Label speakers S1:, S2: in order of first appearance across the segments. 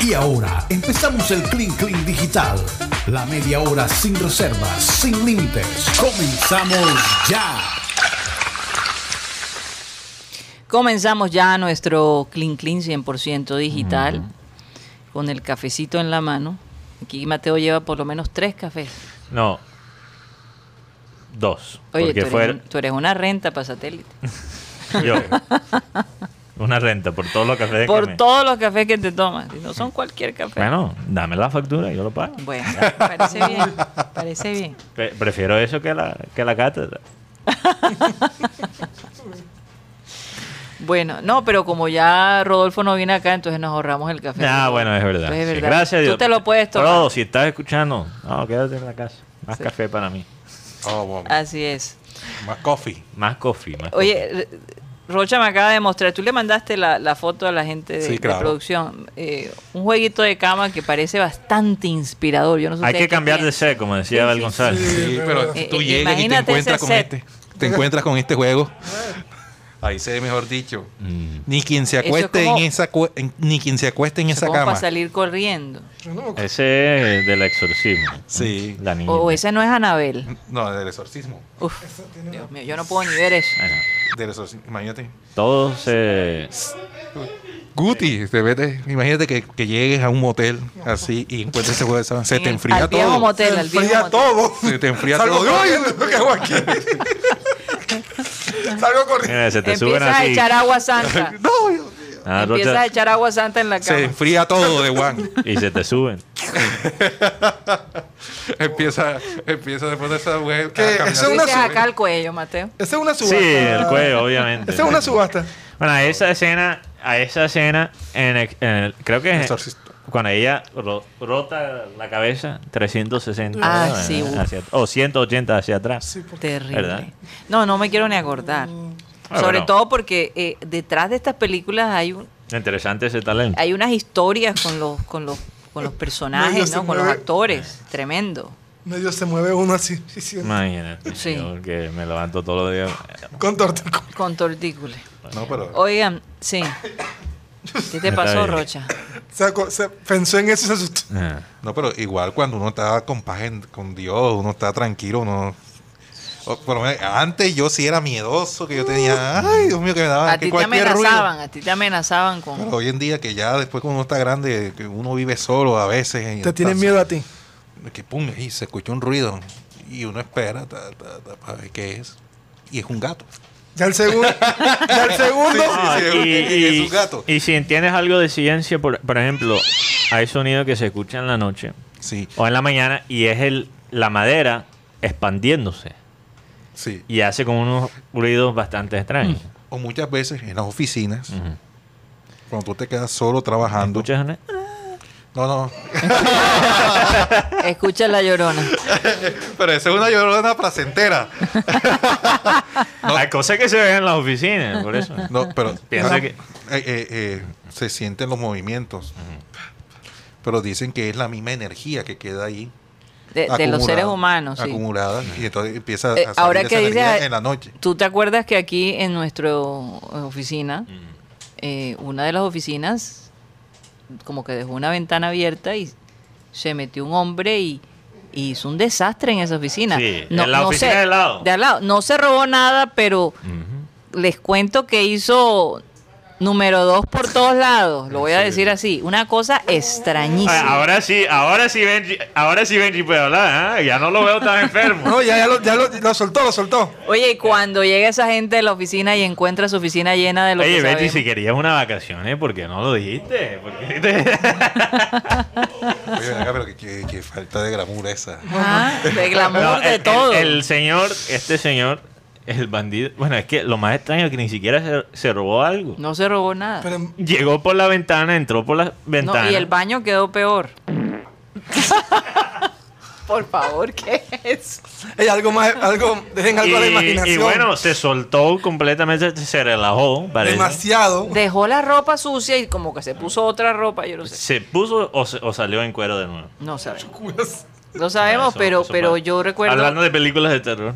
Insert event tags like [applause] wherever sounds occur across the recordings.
S1: Y ahora empezamos el Clean Clean Digital. La media hora sin reservas, sin límites. Comenzamos ya.
S2: Comenzamos ya nuestro Clean Clean 100% digital con el cafecito en la mano. Aquí Mateo lleva por lo menos tres cafés.
S3: No. Dos.
S2: Oye, tú
S3: porque
S2: eres,
S3: fue
S2: un- tú eres una renta para satélite.
S3: yo. Una renta por todos los cafés que
S2: Por
S3: me-
S2: todos los cafés que te tomas. Y No son cualquier café.
S3: Bueno, dame la factura y yo lo pago.
S2: Bueno,
S4: Parece bien, parece bien.
S3: Pre- prefiero eso que la, que la cátedra.
S2: bueno, no, pero como ya Rodolfo no viene acá, entonces nos ahorramos el café.
S3: Ah, bueno, es verdad.
S2: Entonces
S3: Sí, Gracias a
S2: Tú
S3: Dios.
S2: te lo puedes tomar.
S3: Rodo, si estás escuchando, no, quédate en la casa. Más café para mí.
S5: Oh, bueno.
S2: Así es.
S5: Más coffee.
S3: Más coffee. Más
S2: Oye, R- Rocha me acaba de mostrar, tú le mandaste la, la foto a la gente de,
S5: Sí,
S2: de
S5: claro.
S2: producción, eh, un jueguito de cama que parece bastante inspirador. Yo no sé
S3: coffee. Hay
S2: ustedes
S3: que
S2: qué
S3: cambiar de
S2: piensan.
S3: sed, como decía Abel González.
S5: Sí, pero
S2: Eh,
S5: tú
S2: eh,
S5: llegas y te
S2: imagínate
S5: encuentras
S2: ese
S5: con
S2: set.
S5: este. Te encuentras con este juego. Ahí se ve mejor dicho.
S3: Mm.
S5: Ni quien se
S2: Eso es
S5: acueste
S2: como-
S5: en esa cue- en- ni quien se acueste en esa
S2: Como para
S5: cama.
S2: salir corriendo.
S3: Ese es del exorcismo.
S5: Sí.
S3: La niña.
S2: O, ese no es Anabel.
S5: No, del exorcismo.
S2: Uf, Dios mío, yo no puedo ni ver eso.
S3: Bueno,
S5: Del exorcismo. Imagínate.
S3: todos se...
S5: Guti, te vete. Imagínate que, que llegues a un motel así y encuentres ese juego de sábana. Se te
S2: En-
S5: enfría
S2: al viejo
S5: todo.
S2: motel, al viejo
S6: enfría
S2: motel. [laughs]
S6: todo.
S5: Se te enfría
S6: Salgo
S5: todo.
S6: de hoy, ¿qué
S5: [laughs]
S6: hago aquí? Salgo corriendo.
S3: Mira, se [laughs] te suben
S2: Empiezas a
S3: así.
S2: echar agua
S3: [laughs]
S2: santa.
S6: No, Dios.
S3: Ah,
S2: Empiezas
S3: Rocha,
S2: a echar agua santa en la
S5: Se
S2: cama.
S5: enfría todo de Juan.
S3: Y se te suben.
S5: [laughs] empieza, empieza después de esa mujer. a
S6: ¿Qué?
S5: caminar.
S6: Eso
S2: Tú
S6: es una
S2: dices
S6: sube.
S2: acá al cuello, Mateo.
S6: Esa es una
S3: Sí,
S6: subasta.
S3: el cuello, obviamente.
S6: Esa es una subasta.
S3: Bueno, a esa escena, a esa escena, en el- en el- creo que es
S5: Exorcista.
S3: cuando ella ro- rota la cabeza 360
S2: Ah,
S3: ¿no?
S2: sí, uf.
S3: hacia, o 180 hacia atrás.
S2: Terrible.
S3: ¿Verdad?
S2: No, no me quiero ni acordar.
S3: Ah,
S2: Sobre
S3: bueno.
S2: todo porque eh, detrás de estas películas hay un,
S3: Interesante ese talento.
S2: hay unas historias con los, con los, con
S5: [laughs]
S2: los
S6: Medio
S2: personajes,
S6: se
S2: ¿no? Con los
S6: mueve.
S2: actores. Tremendo.
S6: Medio se mueve uno así. [laughs] sí, sí,
S3: Imagínate,
S2: Sí.
S3: yo que me levanto todos los días.
S6: Con torta.
S2: Con tortícolis.
S5: No, pero.
S2: Oigan, sí. ¿Qué te
S3: Está
S2: pasó,
S3: bien.
S2: Rocha?
S6: Se, aco- se pensó en eso y se asustó.
S3: Ah,
S5: No, pero igual cuando uno está con paz en- con Dios, uno está tranquilo, uno. o por lo menos, antes yo sí era miedoso, que yo tenía. Ay, Dios mío, que me daba
S2: A
S5: Ah,
S2: ti
S5: que
S2: te
S5: cualquier ruido.
S2: amenazaban, a ti te amenazaban
S5: Pero
S2: con...
S5: hoy en día, que ya después cuando uno está grande, que uno vive solo a veces. y
S6: Te tienen
S5: estás-
S6: miedo a ti.
S5: Que pum, y se escuchó un ruido. Y uno espera ta, ta, ta, para ver qué es. Y es un gato.
S6: Ya
S3: [laughs]
S6: el segundo. ya el segundo.
S3: Ah,
S5: sí,
S3: y,
S5: es un
S3: y-
S5: gato.
S3: y si entiendes algo de ciencia, por, por ejemplo, hay sonido que se escucha en la noche
S5: Sí,
S3: o en la mañana y es el, la madera expandiéndose
S5: sí.
S3: y hace como unos ruidos bastante extraños.
S5: O muchas veces en las oficinas, cuando tú te quedas solo trabajando.
S3: ¿Escuchas, Ana?
S5: No, no. [laughs]
S2: Escucha la llorona.
S5: Pero esa es una llorona placentera. No.
S3: Hay cosas que se ven en las oficinas,
S2: [laughs]
S3: por eso.
S5: No, pero
S3: [laughs] Piensa
S5: Ah,
S3: que-
S5: eh, eh, eh, se sienten los movimientos. Pero dicen que es la misma energía que queda ahí.
S2: De, de los
S5: acumulada-
S2: seres humanos, sí.
S5: Acumulada. Y entonces empieza
S2: Eh,
S5: a salir
S2: ahora
S5: esa
S2: que dices,
S5: energía en la noche.
S2: ¿tú te acuerdas que aquí en nuestra
S3: Mm.
S2: oficina, eh, una de las oficinas, como que dejó una ventana abierta y se metió un hombre y, y hizo un desastre en esa oficina?
S3: Sí, en la oficina
S2: sé,
S3: de al lado.
S2: de al lado. No se robó nada, pero les cuento que hizo número dos por todos lados, lo voy a decir así, una cosa extrañísima.
S3: Ah, Ahora sí, ahora sí Benji, ahora sí Benji puede hablar, ¿ah? ya no lo
S2: [laughs]
S3: veo tan enfermo.
S6: No, ya, ya, lo, ya lo, lo soltó, lo soltó.
S2: Oye, y cuando llega esa gente de la oficina y encuentra su oficina llena de lo
S3: Oye,
S2: que
S3: Benji,
S2: sabemos.
S3: si querías una vacación, ¿eh? ¿por qué no lo dijiste? ¿Por
S2: [laughs]
S3: qué te-
S5: Oye, ven acá, pero que, que- que falta de gramura esa.
S2: Ah, de glamour
S3: No,
S2: de
S3: el,
S2: todo.
S3: el- el señor, este señor, el bandido, bueno, es que lo más extraño es que ni siquiera se, se robó algo.
S2: no se robó nada.
S6: Pero
S3: Llegó por la ventana, entró por la
S2: No,
S3: ventana.
S2: y el baño quedó peor. [laughs] Por favor, ¿qué es?
S6: hay algo más. Algo, dejen algo a la
S3: Y-
S6: imaginación.
S3: y bueno, se soltó completamente, se relajó, parece.
S6: Demasiado.
S2: Dejó la ropa sucia y como que se puso otra ropa, yo no sé.
S3: ¿Se puso o, se- o salió en cuero de nuevo?
S2: No sabemos. No sabemos,
S3: Eso-
S2: pero,
S3: eso
S2: pero
S3: pasa.
S2: yo recuerdo
S3: Hablando de películas de terror.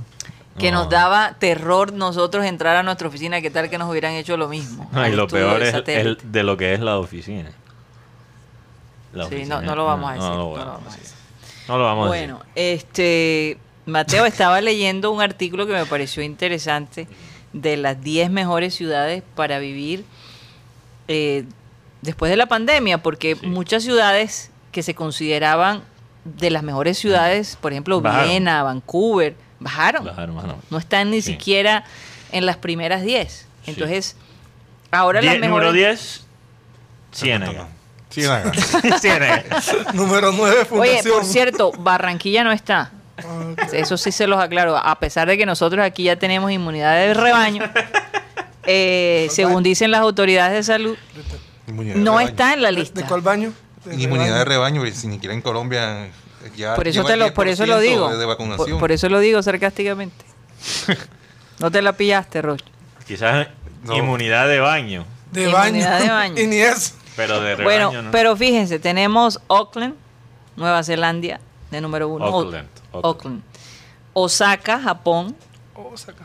S2: que nos daba terror nosotros entrar a nuestra oficina, qué tal que nos hubieran hecho lo mismo.
S3: No, y
S2: al
S3: lo
S2: estudio
S3: peor
S2: de
S3: es el-
S2: satélite.
S3: de lo que es la oficina. la
S2: Sí,
S3: oficina.
S2: no, no lo vamos a decir.
S3: No,
S2: no
S3: lo
S2: lo
S3: vamos a
S2: vamos a
S3: decir.
S2: decir.
S3: No lo vamos a decir.
S2: Bueno, este Mateo estaba leyendo un artículo que me pareció interesante de las 10 mejores ciudades para vivir eh, después de la pandemia, porque
S3: Sí.
S2: muchas ciudades que se consideraban de las mejores ciudades, por ejemplo,
S3: Bajaron.
S2: Viena, Vancouver, bajaron.
S3: Bajaron, bajaron.
S2: No están ni
S3: Sí.
S2: siquiera en las primeras 10.
S3: Sí.
S2: Entonces, ahora las
S3: Die-
S2: mejores
S3: número 10, Ciénaga.
S5: Sí, nada.
S3: [laughs] Ciénaga.
S6: Número 9,
S2: Oye,
S6: fundación. Ah,
S2: por cierto, Barranquilla no está. Eso sí se los aclaro. A pesar de que nosotros aquí ya tenemos inmunidad de rebaño, eh, según dicen las autoridades de salud,
S5: Inmunidad de
S2: no
S5: rebaño.
S2: está en la
S6: ¿De-
S2: lista.
S6: ¿De cuál baño?
S5: Ni Inmunidad de rebaño, porque si ni siquiera en Colombia eh, ya.
S2: Por eso,
S5: lleva
S2: te
S5: el
S2: lo, por eso lo
S5: 10%
S2: digo.
S5: De, de vacunación.
S2: Por, por eso lo digo sarcásticamente.
S5: [laughs]
S2: No te la pillaste, Roch.
S3: Quizás
S5: No.
S3: inmunidad de baño,
S6: De
S2: Inmunidad
S6: baño.
S2: de baño.
S6: [laughs] Y ni eso.
S3: pero de rebaño
S2: Bueno,
S3: no.
S2: pero fíjense, tenemos Auckland, Nueva Zelandia, de número uno.
S3: Auckland,
S2: O-
S3: Auckland.
S2: Auckland. Osaka, Japón.
S6: Osaka.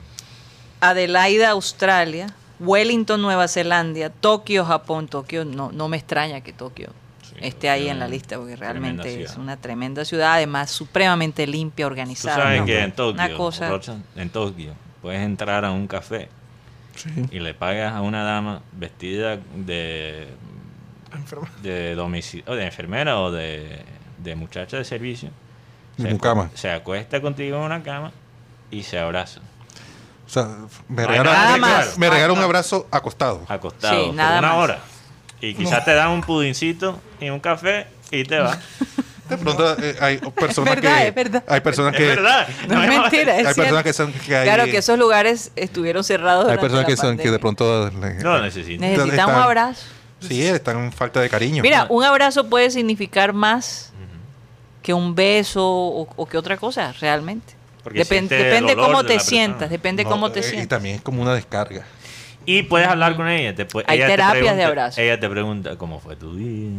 S2: Adelaida, Australia, Wellington, Nueva Zelandia, Tokio, Japón. Tokio, no, no me extraña que Tokio
S3: Sí,
S2: esté
S3: Tokio
S2: ahí
S3: es
S2: en la
S3: una
S2: lista, porque
S3: tremenda
S2: realmente es
S3: ciudad.
S2: una tremenda ciudad, además supremamente limpia,
S3: Tú
S2: organizada.
S3: sabes
S2: ¿no?
S3: que en Tokio,
S2: Una cosa.
S3: Rocha, en Tokio, puedes entrar a un café y le pagas a una dama vestida de, de, domici- o de enfermera o de, de muchacha de servicio.
S5: De
S3: acu-
S5: mucama.
S3: se acuesta contigo en una cama y se abrazan,
S5: O sea, me
S3: No hay
S5: regalan,
S2: nada
S5: me-
S2: más.
S5: me regalan un abrazo acostado.
S3: acostados,
S2: Sí,
S3: por
S2: nada
S3: una
S2: más.
S3: hora. Y quizás te dan un pudincito y un café y te vas.
S5: De pronto eh,
S2: [laughs]
S5: hay personas
S2: verdad,
S5: que.
S2: es verdad.
S5: Hay personas que.
S3: es verdad.
S2: [laughs] No es
S3: hay-
S2: mentira, es
S5: Hay
S2: cierto.
S5: personas que son. Que hay,
S2: Claro que esos lugares estuvieron cerrados.
S5: Hay
S2: durante
S5: personas
S2: la
S5: que son. Que de
S2: pandemia.
S5: pronto.
S3: [laughs]
S5: le-
S3: No lo necesito.
S5: Ne-
S2: necesitan un
S5: están-
S2: abrazo.
S5: sí, están en falta de cariño.
S2: Mira, un abrazo puede significar más que un beso o, o que otra cosa, realmente.
S3: Porque
S2: Depen-
S3: siente el
S2: depende
S3: olor
S2: cómo
S3: de
S2: te
S3: la
S2: sientas,
S3: persona.
S2: depende
S5: No,
S2: cómo
S5: eh,
S2: te
S5: Y
S2: sientas.
S5: también es como una descarga.
S3: Y puedes hablar con ella. Te pu-
S2: Hay
S3: ella te
S2: terapias de
S3: pregunta-
S2: abrazo.
S3: Ella te pregunta cómo fue tu día.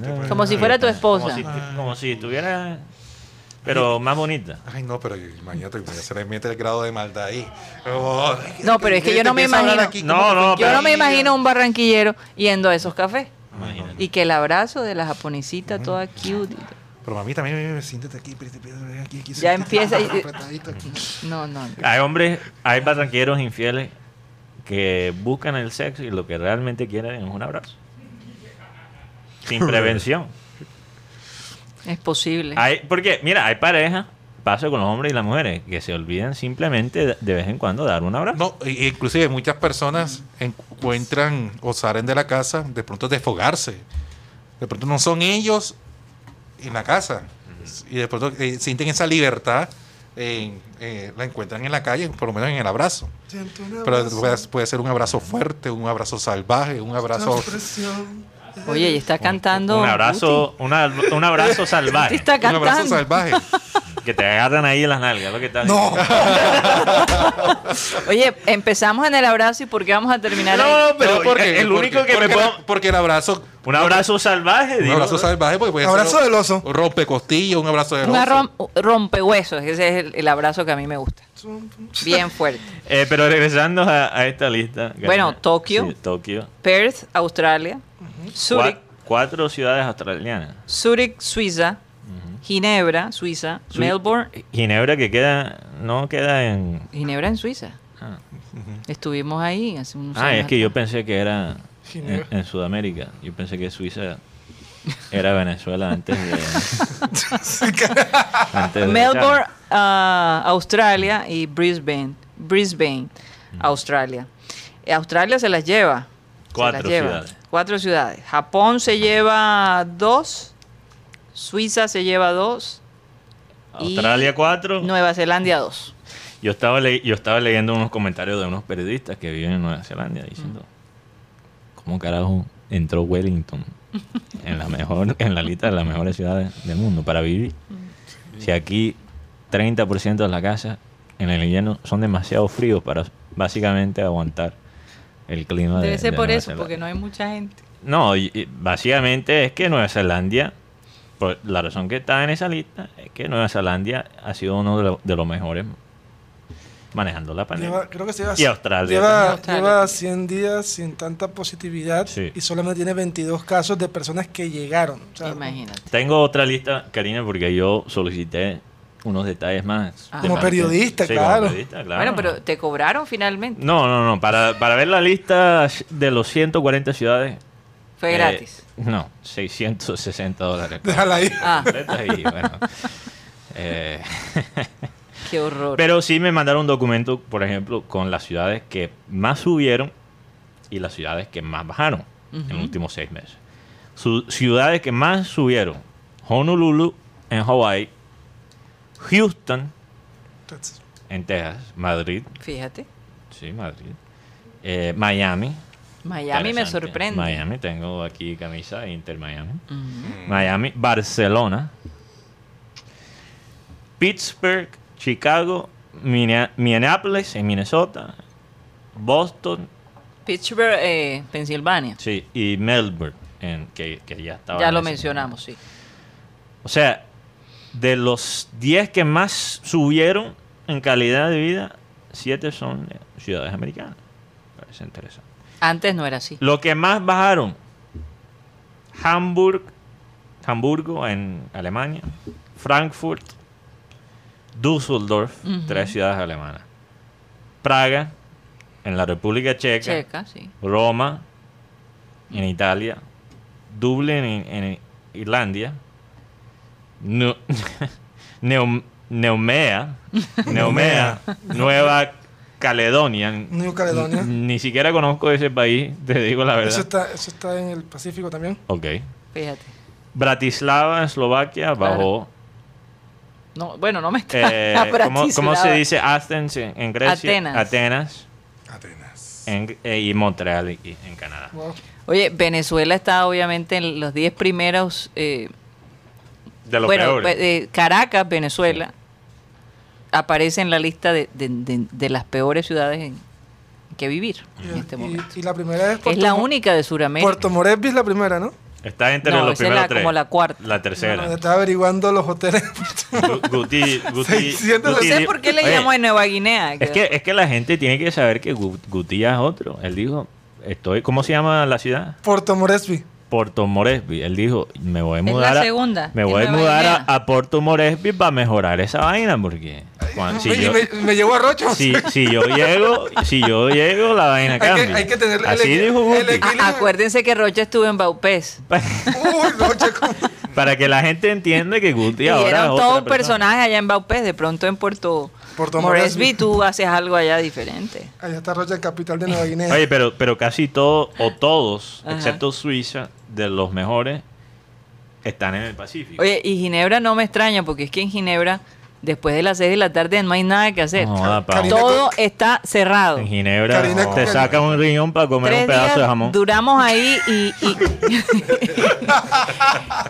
S3: na, na,
S2: Como si
S3: na,
S2: fuera tu
S3: na,
S2: esposa.
S3: Como si, como si estuviera, pero más bonita.
S5: Ay, no, pero imagínate, ya se le mete el grado de maldad ahí. Oh,
S2: No, pero es que yo no me
S5: empieza a hablar
S2: imagino-
S5: aquí
S3: No,
S5: como
S3: no,
S5: que-
S2: Yo no me imagino un barranquillero yendo a esos cafés.
S3: Imagínate.
S2: Y que el abrazo de la japonesita toda cute.
S5: Pero mami, también siéntate aquí, espérate, espérate, aquí, aquí,
S2: Ya
S5: siéntate,
S2: empieza y-
S5: apretadito aquí.
S2: No, no. no.
S3: Hay hombres, hay barranqueros infieles que buscan el sexo y lo que realmente quieren es un abrazo.
S5: [laughs]
S3: Sin prevención.
S2: Es posible.
S3: Hay, porque, mira, hay parejas, pasa con los hombres y las mujeres, que se olvidan simplemente de- de vez en cuando dar un abrazo.
S5: No, y- inclusive muchas personas encuentran o salen de la casa de pronto desfogarse. De pronto no son ellos en la casa. Y de pronto eh, sienten esa libertad, eh, eh, la encuentran en la calle, por lo menos en el abrazo.
S6: Siento una
S5: Pero
S6: voz,
S5: puede, puede ser un abrazo fuerte, un abrazo salvaje, un
S6: una
S5: abrazo...
S6: presión.
S2: Oye, y está cantando.
S3: un abrazo, una- un abrazo
S2: Guti. Guti [laughs]
S3: salvaje.
S2: está
S5: Un abrazo
S2: cantando.
S3: [laughs]
S5: salvaje.
S3: Que te agarran ahí en las nalgas, lo que está
S6: No.
S2: Oye, empezamos en el abrazo y ¿por qué vamos a terminar ahí?
S3: No, pero
S5: No, ¿por qué?
S3: el único
S5: Porque-
S3: que me
S5: porque
S3: puedo...
S5: la- Porque el abrazo...
S3: Un abrazo salvaje,
S5: Un
S3: digo.
S5: abrazo salvaje porque puede ser
S6: Abrazo del oso.
S5: un rompecostillas, un abrazo del
S2: Un
S5: oso. [laughs]
S2: arrom- rompehuesos. Ese es el, el abrazo que a mí me gusta. Bien fuerte.
S3: Eh, pero regresando a, a esta lista.
S2: Bueno,
S3: Karina.
S2: Tokio.
S3: Sí, Tokio.
S2: Perth, Australia. Zurich,
S3: Cua- cuatro ciudades australianas.
S2: Zurich, Suiza. Ginebra, Suiza.
S3: Su-
S2: Melbourne.
S3: Ginebra que queda, no queda en...
S2: Ginebra en Suiza.
S3: Ah,
S2: Estuvimos ahí hace unos
S3: Ah,
S2: años
S3: es que yo
S2: atrás.
S3: pensé que era en,
S6: Ginebra.
S3: en Sudamérica. Yo pensé que Suiza era Venezuela antes de...
S2: [laughs]
S3: antes de-
S2: Melbourne, ah, Australia y Brisbane. Brisbane,
S3: Mm.
S2: Australia. Eh, Australia se las lleva. se
S3: Cuatro
S2: las lleva.
S3: ciudades.
S2: Cuatro ciudades. Japón se lleva dos. Suiza se lleva dos. y
S3: Australia cuatro.
S2: Nueva Zelanda dos.
S3: Yo estaba, le- yo estaba leyendo unos comentarios de unos periodistas que viven en Nueva Zelanda diciendo, ¿cómo carajo entró Wellington en la, mejor, en la lista de las mejores ciudades del mundo para vivir? Si aquí 30% de las casas en el invierno son demasiado fríos para básicamente aguantar el clima Ah, de
S2: Debe ser
S3: de
S2: por
S3: Nueva
S2: eso,
S3: Zelanda.
S2: porque no hay mucha gente.
S3: No, y- y básicamente es que Nueva Zelanda, por la razón que está en esa lista, es que Nueva Zelanda ha sido uno de, lo- de los mejores manejando la pandemia.
S6: Lleva- creo que se lleva,
S3: Y Australia
S6: Lleva,
S2: también.
S6: lleva
S2: Australia.
S6: 100 días sin tanta positividad
S3: Sí.
S6: y solamente tiene 22 casos de personas que llegaron. O sea,
S2: Imagínate.
S3: Tengo otra lista, Karina, porque yo solicité unos detalles más.
S2: Ah.
S3: de
S6: Como
S3: parte-
S6: periodista,
S3: Sí,
S6: claro.
S3: Como periodista, claro.
S2: Bueno, pero te cobraron finalmente.
S3: No, no, no. Para, para ver la lista de los 140 ciudades.
S2: Fue
S3: eh,
S2: gratis.
S3: No, 660
S6: [laughs]
S3: dólares.
S6: Déjala ahí.
S2: Ah,
S3: Y, bueno, eh,
S2: qué horror.
S3: pero sí me mandaron un documento, por ejemplo, con las ciudades que más subieron y las ciudades que más bajaron en los últimos seis meses. Su- ciudades que más subieron: Honolulu en Hawaii, Houston
S6: Entonces,
S3: en Texas, Madrid,
S2: Fíjate.
S3: sí, Madrid, eh, Miami.
S2: Miami me
S3: interesante.
S2: sorprende.
S3: Miami, tengo aquí camisa de Inter Miami.
S2: Ujú.
S3: Miami, Barcelona, Pittsburgh, Chicago, Minne- Minneapolis en Minnesota, Boston,
S2: Pittsburgh, eh, Pensilvania.
S3: sí, y Melbourne, en, que, que ya estaba.
S2: Ya lo
S3: mencionado.
S2: mencionamos, sí.
S3: O sea, de los 10 que más subieron en calidad de vida, 7 son eh, ciudades americanas. Parece interesante.
S2: Antes no era así.
S3: Lo que más bajaron, Hamburg, Hamburgo en Alemania, Frankfurt, Düsseldorf, tres ciudades alemanas, Praga en la República Checa,
S2: Checa, sí.
S3: Roma en Italia, Dublín en, en Irlanda, [laughs] Nu- Neum- [laughs] Neumea, Neumea, Nueva Caledonia.
S6: New Caledonia.
S3: N- Ni siquiera conozco ese país, te digo la
S6: Eso
S3: verdad.
S6: está, eso está en el Pacífico también.
S3: Ok.
S2: Fíjate.
S3: Bratislava,
S2: [laughs]
S3: Eslovaquia, bajó.
S2: No, bueno, no me está. [laughs]
S3: Eh, ¿cómo, cómo se dice? Athens en, en Grecia.
S2: Atenas.
S3: Atenas
S6: Atenas.
S3: en- eh, y Montreal y- y en Canadá.
S6: Wow.
S2: Oye, Venezuela está obviamente en los 10 primeros. eh,
S3: De los
S2: bueno,
S3: peores.
S2: pues, eh, Caracas, Venezuela, aparece en la lista de, de- de- de las peores ciudades en que vivir
S6: Y,
S2: en este
S6: y-
S2: momento.
S6: y la primera es
S2: Es la
S6: Mo-
S2: única de Sudamérica.
S6: Puerto Moresby es la primera, ¿no?
S3: Está entre
S2: No, esa
S3: los
S2: es
S3: primeros
S2: la-
S3: tres.
S2: como la cuarta.
S3: La tercera.
S6: Bueno, estaba averiguando los hoteles. [laughs]
S3: Gu- Guti, Guti,
S6: Seiscientos-
S2: no
S3: Guti-
S2: sé por qué le
S3: Oye,
S2: llamó de Nueva Guinea.
S3: Es que, es que la gente tiene que saber que Gu- Guti es otro. Él dijo, estoy, ¿cómo se llama la ciudad?
S6: Puerto Moresby.
S3: Porto Moresby. Él dijo, me voy a
S2: Es la
S3: mudar. a-
S2: segunda,
S3: me
S2: en
S3: voy a
S2: Nueva
S3: mudar a,
S2: Guinea.
S3: a Porto Moresby para mejorar esa vaina, porque cuan- si,
S6: me,
S3: yo,
S6: me- me llevó a Rocho.
S3: si, si yo llego, si yo llego, la vaina
S6: Hay que-
S3: cambia.
S6: hay que tener el
S3: Así
S6: equi-
S3: dijo
S6: el
S3: Guti.
S6: equi-
S2: A- acuérdense que Rocha estuvo en Baupés.
S6: [laughs] Uy, Rocho. ¿cómo?
S3: [laughs] Para que la gente entienda que Guti
S2: Y
S3: ahora
S2: eran
S3: es otra
S2: todos
S3: persona.
S2: personajes allá en Baupés. De pronto en Puerto,
S6: Puerto
S2: Moresby,
S6: Moresby.
S2: tú haces algo allá diferente.
S6: Allá está Rocha, capital de Nueva Guinea.
S3: Oye, pero, pero casi todos, o todos,
S2: Ajá.
S3: excepto Suiza, de los mejores, están en el Pacífico.
S2: Oye, y Ginebra no me extraña porque es que en Ginebra, después de las 6 de la tarde, no hay nada que hacer.
S3: No joda, Pau.
S6: Karina-
S2: Todo está cerrado.
S3: en Ginebra
S6: Karina-
S3: te
S6: Karina-
S3: sacan un riñón para comer
S2: Tres
S3: un pedazo de
S2: días
S3: jamón.
S2: Duramos ahí y. y- [laughs]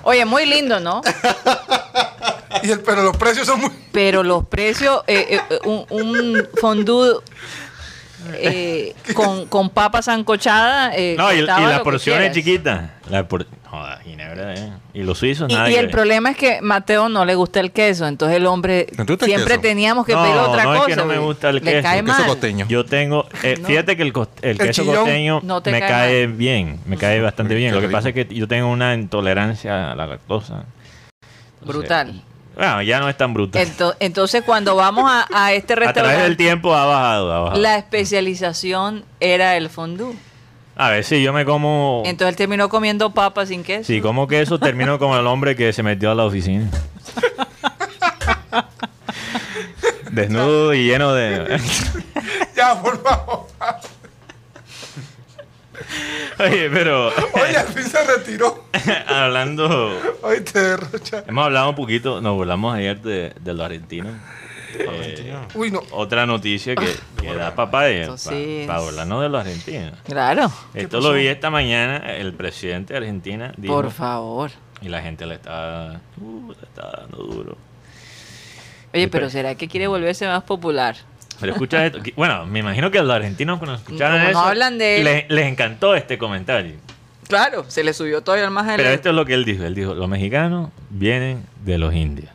S2: Oye, muy lindo, ¿no?
S6: Y el- pero los
S3: [laughs]
S6: precios son muy.
S2: Pero los precios, eh, eh, un, un fondue eh, con, con papa sancochada. eh,
S3: No, y, y
S2: costaba
S3: la
S2: lo que
S3: porción es
S2: quieras.
S3: chiquita. La por- Joda, Ginebra, eh. Y los suizos,
S2: Y,
S3: nada.
S2: y el problema es que Mateo no le gusta el queso, entonces el hombre
S5: ¿No te gusta el
S2: siempre
S5: queso?
S2: teníamos que
S3: No,
S2: pedir otra
S3: no es
S2: cosa.
S3: que no me
S2: güey.
S3: gusta el
S2: le
S3: queso,
S2: Cae
S3: el
S5: queso
S2: mal.
S5: costeño.
S3: Yo tengo. eh,
S2: No.
S3: Fíjate que el, cos- el queso
S6: chillón.
S3: costeño
S2: No te
S3: me
S2: cae
S3: cae bien. Me cae bastante bien.
S5: qué
S3: Lo que
S5: rico.
S3: pasa es que yo tengo una intolerancia a la lactosa. Entonces,
S2: Brutal.
S3: Bueno, ya no es tan brutal.
S2: Ento- entonces cuando vamos a, a este
S3: [laughs] a través del
S2: restaurante,
S3: tiempo ha bajado, ha bajado.
S2: la especialización era el fondue.
S3: A ver, si yo me como.
S2: Entonces él terminó comiendo papa sin queso.
S3: si como que eso termino como el hombre que se metió a la
S5: [laughs]
S3: oficina. Desnudo y lleno de. [laughs]
S6: Ya, por favor.
S3: Oye, pero. [laughs]
S6: Oye, al fin se retiró.
S3: hablando.
S6: Oíste, Rocha.
S3: Hemos hablado un poquito, nos burlamos ayer de, de los argentinos. Eh,
S6: Uy, no.
S3: otra noticia que, que da papaya. Para
S2: Esto Ah. sí es-
S3: burlarnos de los argentinos.
S2: Claro,
S3: Esto lo vi esta mañana. El presidente de Argentina dijo.
S2: por favor.
S3: Y la gente le está, uh, le está dando duro.
S2: Oye, pero ¿será que quiere volverse más popular?
S3: Pero escucha esto. que- Bueno, me imagino que a los argentinos cuando escucharon
S2: Como no
S3: eso.
S2: hablan de él.
S3: Les, les encantó este comentario.
S2: Claro, se le subió todavía el más
S3: Pero este- esto es lo que él dijo. Él dijo, los mexicanos vienen de los indios.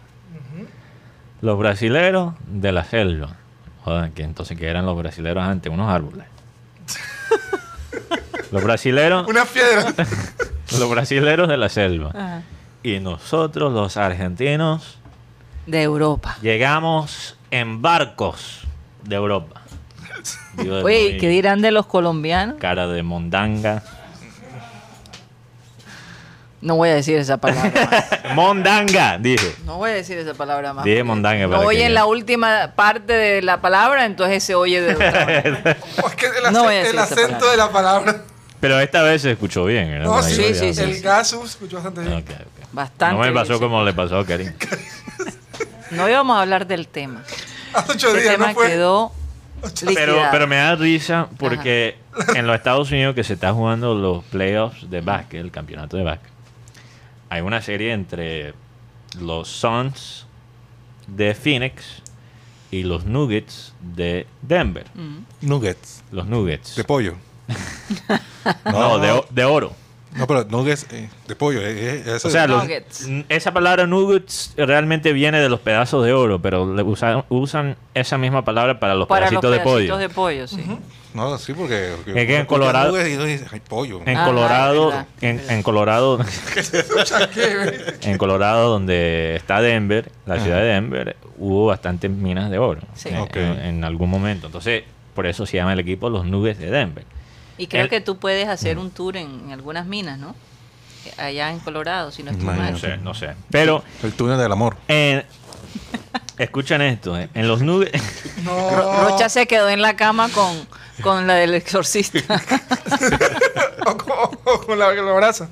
S3: Los brasileros de la selva. jodan, que entonces que eran los brasileros antes, unos
S2: [laughs]
S3: árboles. los brasileros, [laughs]
S5: Una piedra.
S3: los brasileros de la selva.
S4: Ajá.
S3: Y nosotros, los argentinos,
S2: de Europa.
S3: llegamos en barcos de Europa. Digo, de
S2: Oye, ¿y
S3: muy
S2: ¿qué dirán de los colombianos?
S3: Cara de mondanga.
S2: No voy a decir esa
S3: [laughs]
S2: palabra.
S3: ¡Mondanga! Dije.
S2: No voy a decir esa palabra más.
S3: Dije mondanga
S2: No
S3: para que
S2: oyen
S3: ya.
S2: la última parte de la palabra, entonces se oye de otra
S3: [laughs]
S2: manera.
S6: Porque el,
S2: No voy a decir esa palabra.
S6: la palabra.
S3: Pero esta vez se escuchó bien. ¿eh? ¿verdad?
S6: No,
S3: Ahí
S6: sí,
S3: voy,
S2: sí,
S3: ahí
S2: sí,
S3: voy.
S6: El caso escuchó bastante bien.
S3: Ok, ok.
S2: Bastante.
S3: No me
S2: bien,
S3: pasó
S2: sí.
S3: como le pasó a Karim.
S2: No íbamos a hablar del tema.
S6: Hace ocho
S2: Ese
S6: días
S2: tema
S6: no fue.
S2: quedó
S3: Pero,
S2: liquidado.
S3: pero me da risa porque en los Estados Unidos que se está jugando los playoffs de básquet, el campeonato de básquet, hay una serie entre los Suns de Phoenix y los Nuggets de Denver.
S2: Mm.
S5: Nuggets.
S3: Los Nuggets.
S5: De pollo.
S3: [laughs] no, de, de oro.
S5: No, pero nuggets eh, de pollo. eh, eh, eso
S3: O sea, los-
S2: Nuggets.
S3: n- esa palabra nuggets realmente viene de los pedazos de oro, pero le usa- usan esa misma palabra para los
S2: para los
S3: pedacitos de pollo.
S2: de pollo, sí.
S5: No, sí, porque.
S3: que en Colorado-
S5: nuggets y uno dice, "Ay, pollo.
S3: En
S2: Ah,
S3: Colorado,
S2: verdad,
S3: en, en Colorado, [laughs] en Colorado donde está Denver, la ciudad de Denver, hubo bastantes minas de oro
S2: Sí.
S3: en,
S5: Ok.
S3: en- en algún momento. Entonces, por eso se llama el equipo los Nuggets de Denver.
S2: Y creo
S3: El- Mm.
S2: que tú puedes hacer un tour en, en algunas minas, ¿no? Eh, Allá en Colorado, si no estoy
S5: Imagínate.
S2: mal.
S3: No sé, no sé. Pero
S5: El túnel del amor.
S3: en- escuchan esto, eh, en los Nuggets,
S2: Rocha
S6: [laughs]
S2: se quedó en la cama con, con la del exorcista. [laughs]
S6: O con, o con la, con la brasa.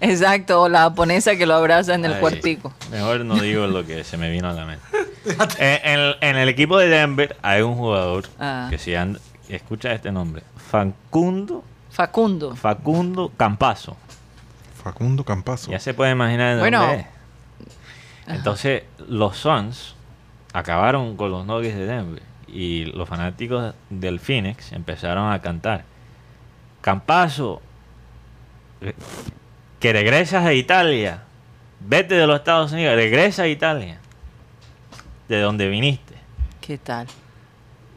S2: Exacto, o la japonesa que lo abraza [laughs] en el
S3: Ay,
S2: cuartico.
S3: Mejor no digo lo que se me vino a la mente. Eh, en, el- en el equipo de Denver hay un jugador
S2: Ah.
S3: que se llama, escucha este nombre, Facundo,
S2: Facundo.
S3: Facundo Campazo.
S5: Facundo Campazo.
S3: Ya se puede imaginar de
S2: Bueno.
S3: dónde es. Entonces, los Suns acabaron con los Nuggets de Denver y los fanáticos del Phoenix empezaron a cantar. Campazo, eh, que regresas a Italia. Vete de los Estados Unidos, regresa a Italia. De donde viniste.
S2: ¿Qué tal?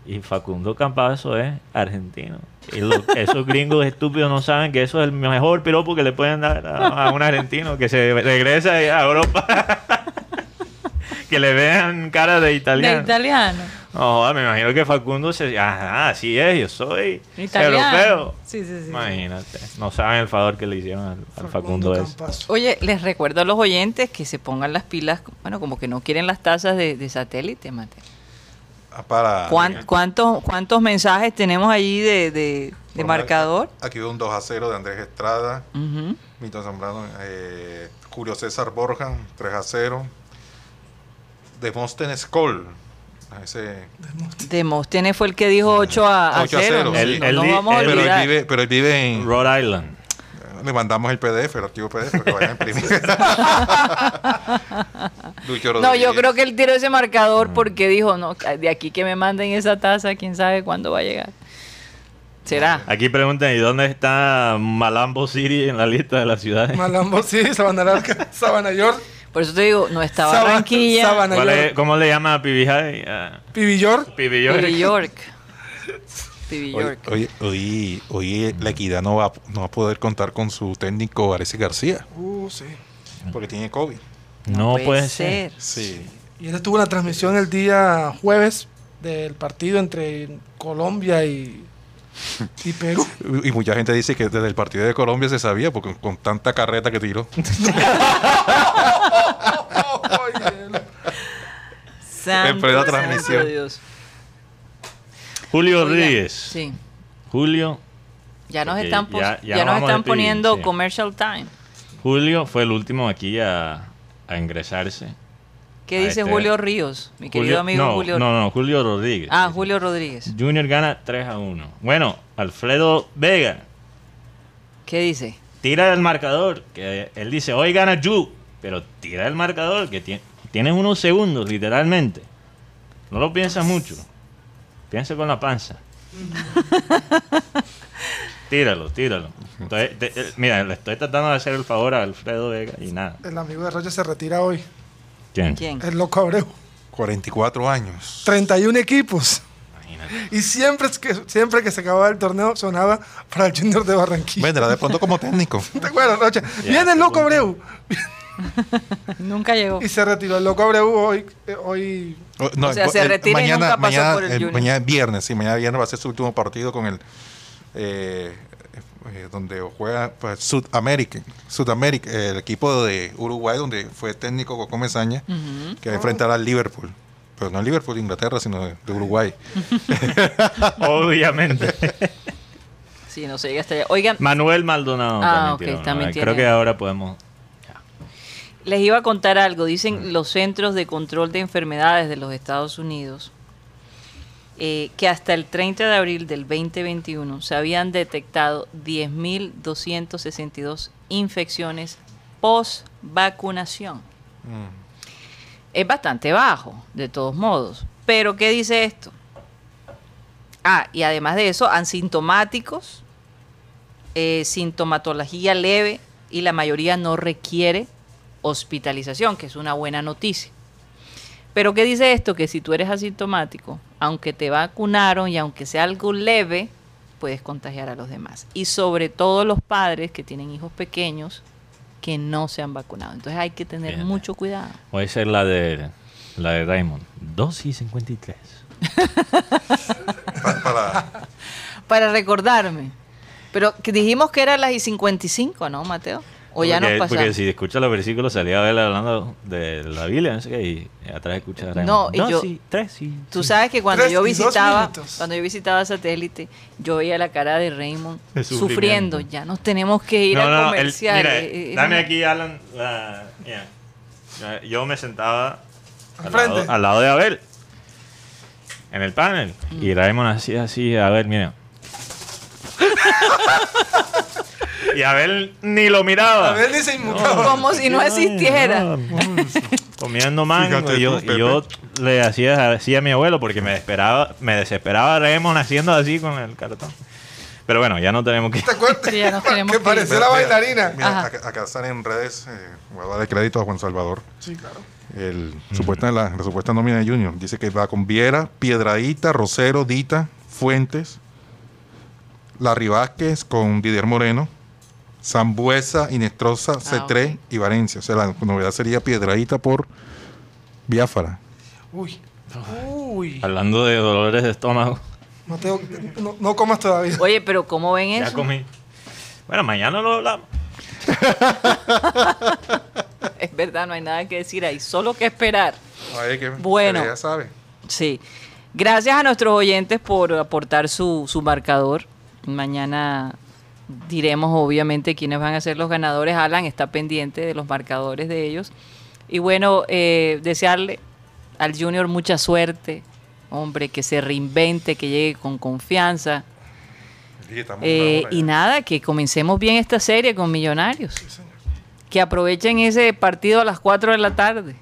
S3: Y Facundo Campazo es argentino. Y lo- esos gringos estúpidos no saben que eso es el mejor piropo que le pueden dar a, a un argentino que se regresa a Europa. [laughs] que le vean cara de
S4: De
S3: italiano.
S4: italiano.
S3: No, me imagino que Facundo se... Ah, así es, yo soy
S4: Italiano.
S3: europeo.
S4: Sí, sí, sí.
S3: Imagínate. No saben el favor que le hicieron al, al Facundo, ese.
S6: Campazo.
S2: Oye, les recuerdo a los oyentes que se pongan las pilas, bueno, como que no quieren las tasas de, de satélite, Mate.
S5: Ah, Para.
S2: ¿Cuán- cuántos, ¿Cuántos mensajes tenemos allí de, de- de
S5: Por
S2: marcador?
S5: mar- Aquí hubo un 2 a 0 de Andrés Estrada,
S2: Ujú.
S5: Milton Zambrano, eh, Julio César Borja, 3 a 0. Demóstenes Cole. Ese,
S2: Demóstenes fue el que dijo 8 a,
S5: Ocho a
S2: 0.
S5: cero, sí.
S2: No,
S3: Él-
S2: no
S3: él-
S2: vamos a
S3: él-
S5: pero, él
S2: olvidar.
S5: vive, pero él vive en.
S3: Rhode Island.
S5: Le mandamos el PDF, el archivo PDF, para que vayan
S2: [laughs]
S5: a imprimir. Lucho
S2: No, yo
S5: Rodríguez.
S2: creo que él tiró ese marcador
S5: Mm.
S2: porque dijo, no, de aquí que me manden esa taza, quién sabe cuándo va a llegar. ¿Será?
S3: Aquí preguntan, ¿y dónde está Malambo City en la lista de las ciudades?
S6: Malambo, sí, Sabana Larga, [laughs] Sabana York,
S2: Por eso te digo, no está
S6: Saba-
S2: Barranquilla,
S6: Sabana
S3: ¿Cuál es-
S6: York,
S3: ¿Cómo le llama a Pibijay? Ah,
S6: Pibillor.
S3: Pibillo.
S2: New York. New
S5: Oye,
S2: York.
S5: oye, oye, oye, la equidad no va, no va a poder contar con su técnico Areces García,
S6: Uh, sí.
S5: porque tiene COVID.
S3: No puede ser.
S5: Mm. Sí.
S6: Y él estuvo en la transmisión el día jueves del partido entre Colombia y,
S3: [laughs]
S6: y Perú.
S5: Y mucha gente dice que desde el partido de Colombia se sabía, porque con, con tanta carreta que [laughs] tiró. En
S2: Santo,
S5: plena
S2: santo
S5: transmisión.
S2: Dios.
S3: Julio
S2: Oigan,
S3: Ríos.
S2: Sí.
S3: Julio.
S2: Ya nos
S3: Porque
S2: están, pos-
S3: ya-
S2: ya,
S3: ya
S2: nos
S3: vamos a
S2: están
S3: despedir,
S2: poniendo
S3: sí.
S2: commercial time.
S3: Julio fue el último aquí a, a ingresarse.
S2: ¿Qué
S3: Ahí
S2: dice
S3: está.
S2: Julio Ríos? Mi querido
S3: este Julio-
S2: amigo
S3: no,
S2: Julio.
S3: No, no, Julio Rodríguez.
S2: Ah,
S3: Sí,
S2: Julio Rodríguez.
S3: sí. Junior gana 3 a 1. Bueno, Alfredo Vega
S2: ¿Qué dice?
S3: tira el marcador. Que él dice, hoy gana Yu. Pero tira el marcador, que tie- tienes unos segundos, literalmente. No lo piensas mucho. Piensa con la [laughs] panza. tíralo, tíralo. Entonces, te- eh, mira, le estoy tratando de hacer el favor a Alfredo Vega y nada.
S6: El amigo de Rocha se retira hoy.
S3: ¿Quién?
S2: ¿Quién?
S6: El loco Abreu.
S5: 44 años.
S6: 31 equipos.
S3: Imagínate.
S6: Y siempre es que, siempre que se acababa el torneo sonaba para el Junior de Barranquilla.
S5: Vendrá de pronto como técnico.
S6: [laughs] ¿Te acuerdas, Rocha?
S3: Ya,
S6: Viene el Loco
S3: seguro.
S6: Abreu.
S4: [laughs] Nunca llegó.
S6: Y se retiró. El Loco Abreu hoy, eh, hoy
S5: O, no,
S2: O sea, se
S5: el-
S2: retira y
S5: mañana,
S2: nunca pasó
S5: mañana- eh,
S2: por el Junior.
S5: mañana viernes, sí, mañana viernes va a ser su último partido con el eh, eh, donde juega pues, Sudamérica, Sudamérica, eh, el equipo de Uruguay donde fue técnico Coco Mesaña, que va a enfrentar al Liverpool. Pero no al Liverpool de Inglaterra, sino de, de Uruguay.
S3: [laughs] Obviamente.
S2: Sí, no se llega hasta allá. Oigan,
S3: Manuel Maldonado.
S2: Ah,
S3: también
S2: ok,
S3: tiene uno.
S2: también
S3: Ay,
S2: tiene-
S3: Creo que ahora podemos.
S2: Les iba a contar algo.
S3: Mm.
S2: Dicen los Centros de Control de Enfermedades de los Estados Unidos eh, que hasta el 30 de abril del 2021 se habían detectado 10.262 infecciones post vacunación. Es bastante bajo, de todos modos. Pero, ¿qué dice esto? Ah, y además de eso, asintomáticos, eh, sintomatología leve y la mayoría no requiere hospitalización, que es una buena noticia. Pero ¿qué dice esto? Que si tú eres asintomático, aunque te vacunaron y aunque sea algo leve, puedes contagiar a los demás. Y sobre todo los padres que tienen hijos pequeños que no se han vacunado. Entonces hay que tener
S3: Fíjate.
S2: mucho cuidado.
S3: Puede ser la de, la de Raymond. 2 y 53.
S5: Pa- para-
S2: Para recordarme. Pero que dijimos que era las y 55, ¿no, Mateo? O ya nos
S3: Porque-
S2: pasamos.
S3: Porque si escuchas los versículos, salía a ver hablando de la Biblia, no sé qué, y atrás escucha a Raymond.
S2: No, y
S3: Dos
S2: yo-
S3: y 3 y.
S2: Tú sabes que cuando
S6: Tres
S2: yo
S6: y dos
S2: visitaba,
S6: minutos.
S2: cuando yo visitaba satélite, yo veía la cara de Raymond
S3: De sufrimiento.
S2: sufriendo. Ya nos tenemos que ir
S3: No,
S2: al
S3: no, el-
S2: comercial.
S3: mira,
S2: eh, eh,
S3: dame
S2: no.
S3: aquí, Alan. la- mira. Ya, Yo me sentaba al
S6: Enfrente.
S3: lado, al lado de Abel en el panel.
S2: Mm.
S3: Y Raymond hacía así,
S2: [laughs]
S3: Abel, mira. y Abel ni lo miraba.
S6: A ver, dice inmutado.
S2: [laughs] Como [laughs] si no existiera.
S3: pues, Comiendo mango
S5: Fíjate
S3: y yo,
S5: tú,
S3: y yo le hacía así a mi abuelo porque me desesperaba, me desesperaba Raymond haciendo así con el cartón. Pero bueno, ya no tenemos que
S6: ¿Te acuerdas?
S4: Sí, ya nos tenemos
S6: [laughs] que
S4: que ir.
S6: pareció la
S5: Mira,
S6: bailarina.
S5: mira,
S2: Ajá.
S5: acá, acá están en redes, eh, voy a darle crédito a Juan Salvador.
S6: Sí, claro.
S5: El, supuesta, la, la supuesta nómina de Junior. Dice que va con Viera, Piedradita, Rosero, Dita, Fuentes, Larry Vázquez con Didier Moreno, Zambuesa, Inestrosa, C3
S2: Ah, ok.
S5: y Valencia. O sea, la novedad sería Piedradita por Biafara.
S6: Uy. Uy.
S3: Hablando de dolores de estómago,
S6: Mateo, no, no comas todavía.
S2: Oye, pero ¿cómo ven
S3: ya
S2: eso?
S3: comí. Bueno, mañana lo hablamos.
S2: [laughs] Es verdad, no hay nada que decir ahí, solo que esperar.
S5: que,
S2: Bueno.
S5: Ya sabe.
S2: Sí. Gracias a nuestros oyentes por aportar su, su marcador. Mañana diremos obviamente quiénes van a ser los ganadores. Alan está pendiente de los marcadores de ellos. Y bueno, eh, desearle al Junior mucha suerte. Hombre, que se reinvente, que llegue con confianza.
S5: Sí, estamos
S2: Eh,
S5: una hora
S2: y
S5: ya.
S2: nada, que comencemos bien esta serie con Millonarios. Que aprovechen ese partido a las 4 de la tarde.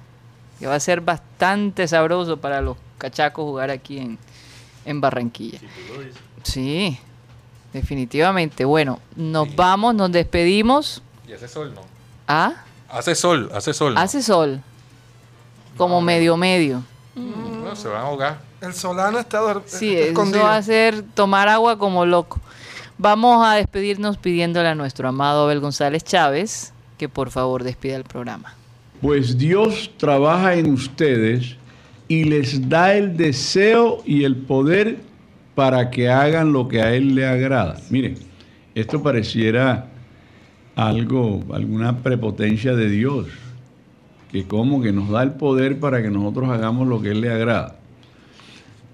S2: Que va a ser bastante sabroso para los cachacos jugar aquí en, en Barranquilla. Sí, definitivamente. Bueno, nos vamos, nos despedimos.
S5: Y hace sol, ¿no?
S2: ¿Ah?
S5: Hace sol, hace sol. ¿no?
S2: Hace sol. Como medio medio.
S5: Bueno, se van a ahogar.
S6: El solano está, dor-
S2: Sí,
S6: está
S2: eso
S6: [laughs] escondido.
S2: va a ser tomar agua como loco. Vamos a despedirnos pidiéndole a nuestro amado Abel González Chávez que por favor despida el programa.
S7: pues Dios trabaja en ustedes y les da el deseo y el poder para que hagan lo que a Él le agrada. Miren, esto pareciera algo, alguna prepotencia de Dios, que como que nos da el poder para que nosotros hagamos lo que a Él le agrada.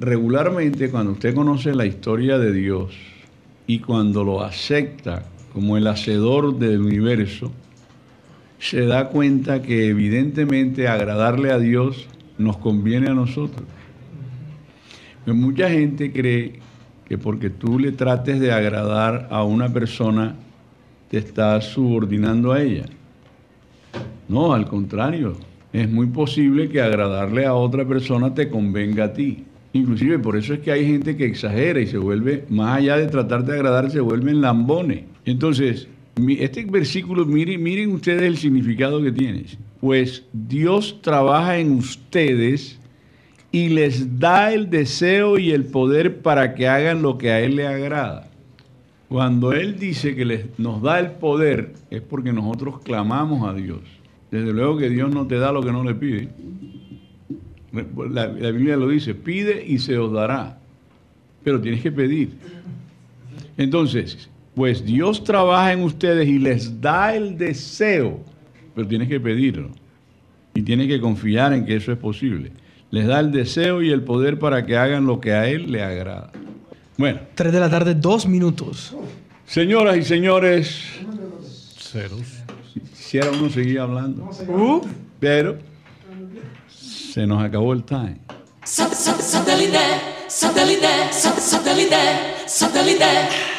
S7: Regularmente cuando usted conoce la historia de Dios y cuando lo acepta como el hacedor del universo, se da cuenta que evidentemente agradarle a Dios nos conviene a nosotros. Pues mucha gente cree que porque tú le trates de agradar a una persona, te estás subordinando a ella. No, al contrario, es muy posible que agradarle a otra persona te convenga a ti. Inclusive por eso es que hay gente que exagera y se vuelve, más allá de tratar de agradar, se vuelven lambones. Entonces, mi- este versículo, miren, miren ustedes el significado que tiene. Pues Dios trabaja en ustedes y les da el deseo y el poder para que hagan lo que a Él le agrada. Cuando Él dice que les- nos da el poder es porque nosotros clamamos a Dios. Desde luego que Dios no te da lo que no le pide. La, la Biblia lo dice, pide y se os dará. Pero tienes que pedir. Entonces, pues Dios trabaja en ustedes y les da el deseo, pero tienes que pedirlo. Y tienes que confiar en que eso es posible. Les da el deseo y el poder para que hagan lo que a Él le agrada. Bueno,
S8: 3 de la tarde, 2 minutos.
S7: señoras y señores. Ceros. Quisiera uno seguir hablando. Uh, pero se nos acabó el time.
S9: Satellite, satellite, satellite, satellite, satellite.